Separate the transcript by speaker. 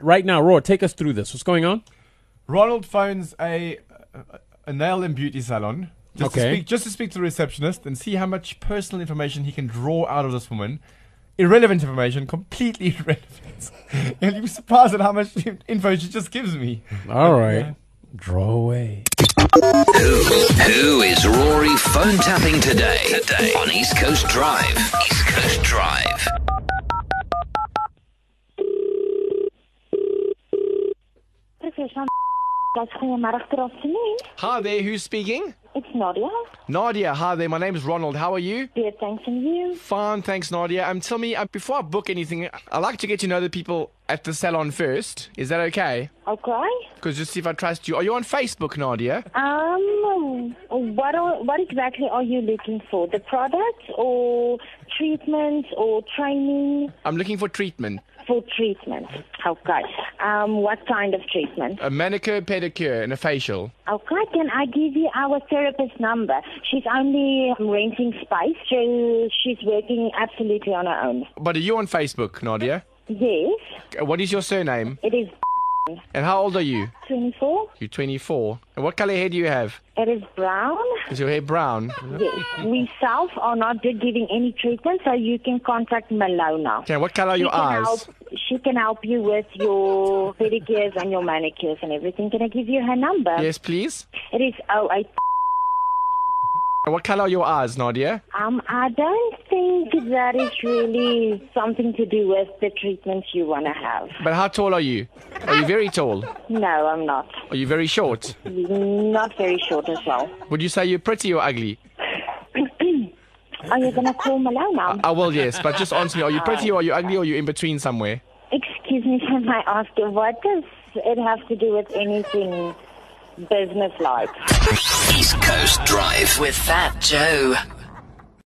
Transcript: Speaker 1: right now. Roar, take us through this. What's going on?
Speaker 2: Ronald phones a a nail and beauty salon just
Speaker 1: Okay.
Speaker 2: to speak just to speak to the receptionist and see how much personal information he can draw out of this woman. Irrelevant information, completely irrelevant. and you'd be surprised at how much info she just gives me.
Speaker 1: All right. Draw away.
Speaker 3: Who is Rory phone tapping today? Today on East Coast Drive. East Coast Drive.
Speaker 4: British on That's Goedemiddag, good afternoon.
Speaker 2: Hi there, who's speaking?
Speaker 4: It's Nadia.
Speaker 2: Nadia, hi there. My name's Ronald. How are you?
Speaker 4: Dear thanks and you.
Speaker 2: Fine, thanks, Nadia. Um, tell me, uh, before I book anything, I like to get to know the people at the salon first. Is that okay?
Speaker 4: Okay.
Speaker 2: Because just see if I trust you. Are you on Facebook, Nadia?
Speaker 4: Uh, Um, what are, what exactly are you looking for? The product or treatment or training
Speaker 2: I'm looking for treatment.
Speaker 4: for treatment? Okay. Um, what kind of treatment?
Speaker 2: A manicure, pedicure, and a facial.
Speaker 4: Okay. Can I give you our therapist number? She's only um, renting space, so she's working absolutely on her own.
Speaker 2: But are you on Facebook, Nadia?
Speaker 4: Yes.
Speaker 2: Uh, What is your surname?
Speaker 4: It is
Speaker 2: And how old are you?
Speaker 4: 24.
Speaker 2: You're 24. And what color hair do you have?
Speaker 4: It is brown.
Speaker 2: Is your hair brown?
Speaker 4: Yes, we self are not do- giving any treatment, so you can contact Malona.
Speaker 2: Okay, what color are your
Speaker 4: she can
Speaker 2: eyes?
Speaker 4: help. She can help you with your pedicures and your manicures and everything. Can I give you her number?
Speaker 2: Yes, please.
Speaker 4: It is oh eight.
Speaker 2: And what color are your eyes, Nadia?
Speaker 4: Um, I don't think that is really something to do with the treatment you want to have.
Speaker 2: But how tall are you? Are you very tall?
Speaker 4: No, I'm not.
Speaker 2: Are you very short?
Speaker 4: Not very short as well.
Speaker 2: Would you say you're pretty or ugly?
Speaker 4: Are you gonna call Malona?
Speaker 2: I will, Ah, yes, but just answer me. Are you pretty or are you ugly or are you in between somewhere?
Speaker 4: Excuse me, can I ask you what does it have to do with anything business-like?
Speaker 3: East Coast Drive.
Speaker 5: With Fat Joe.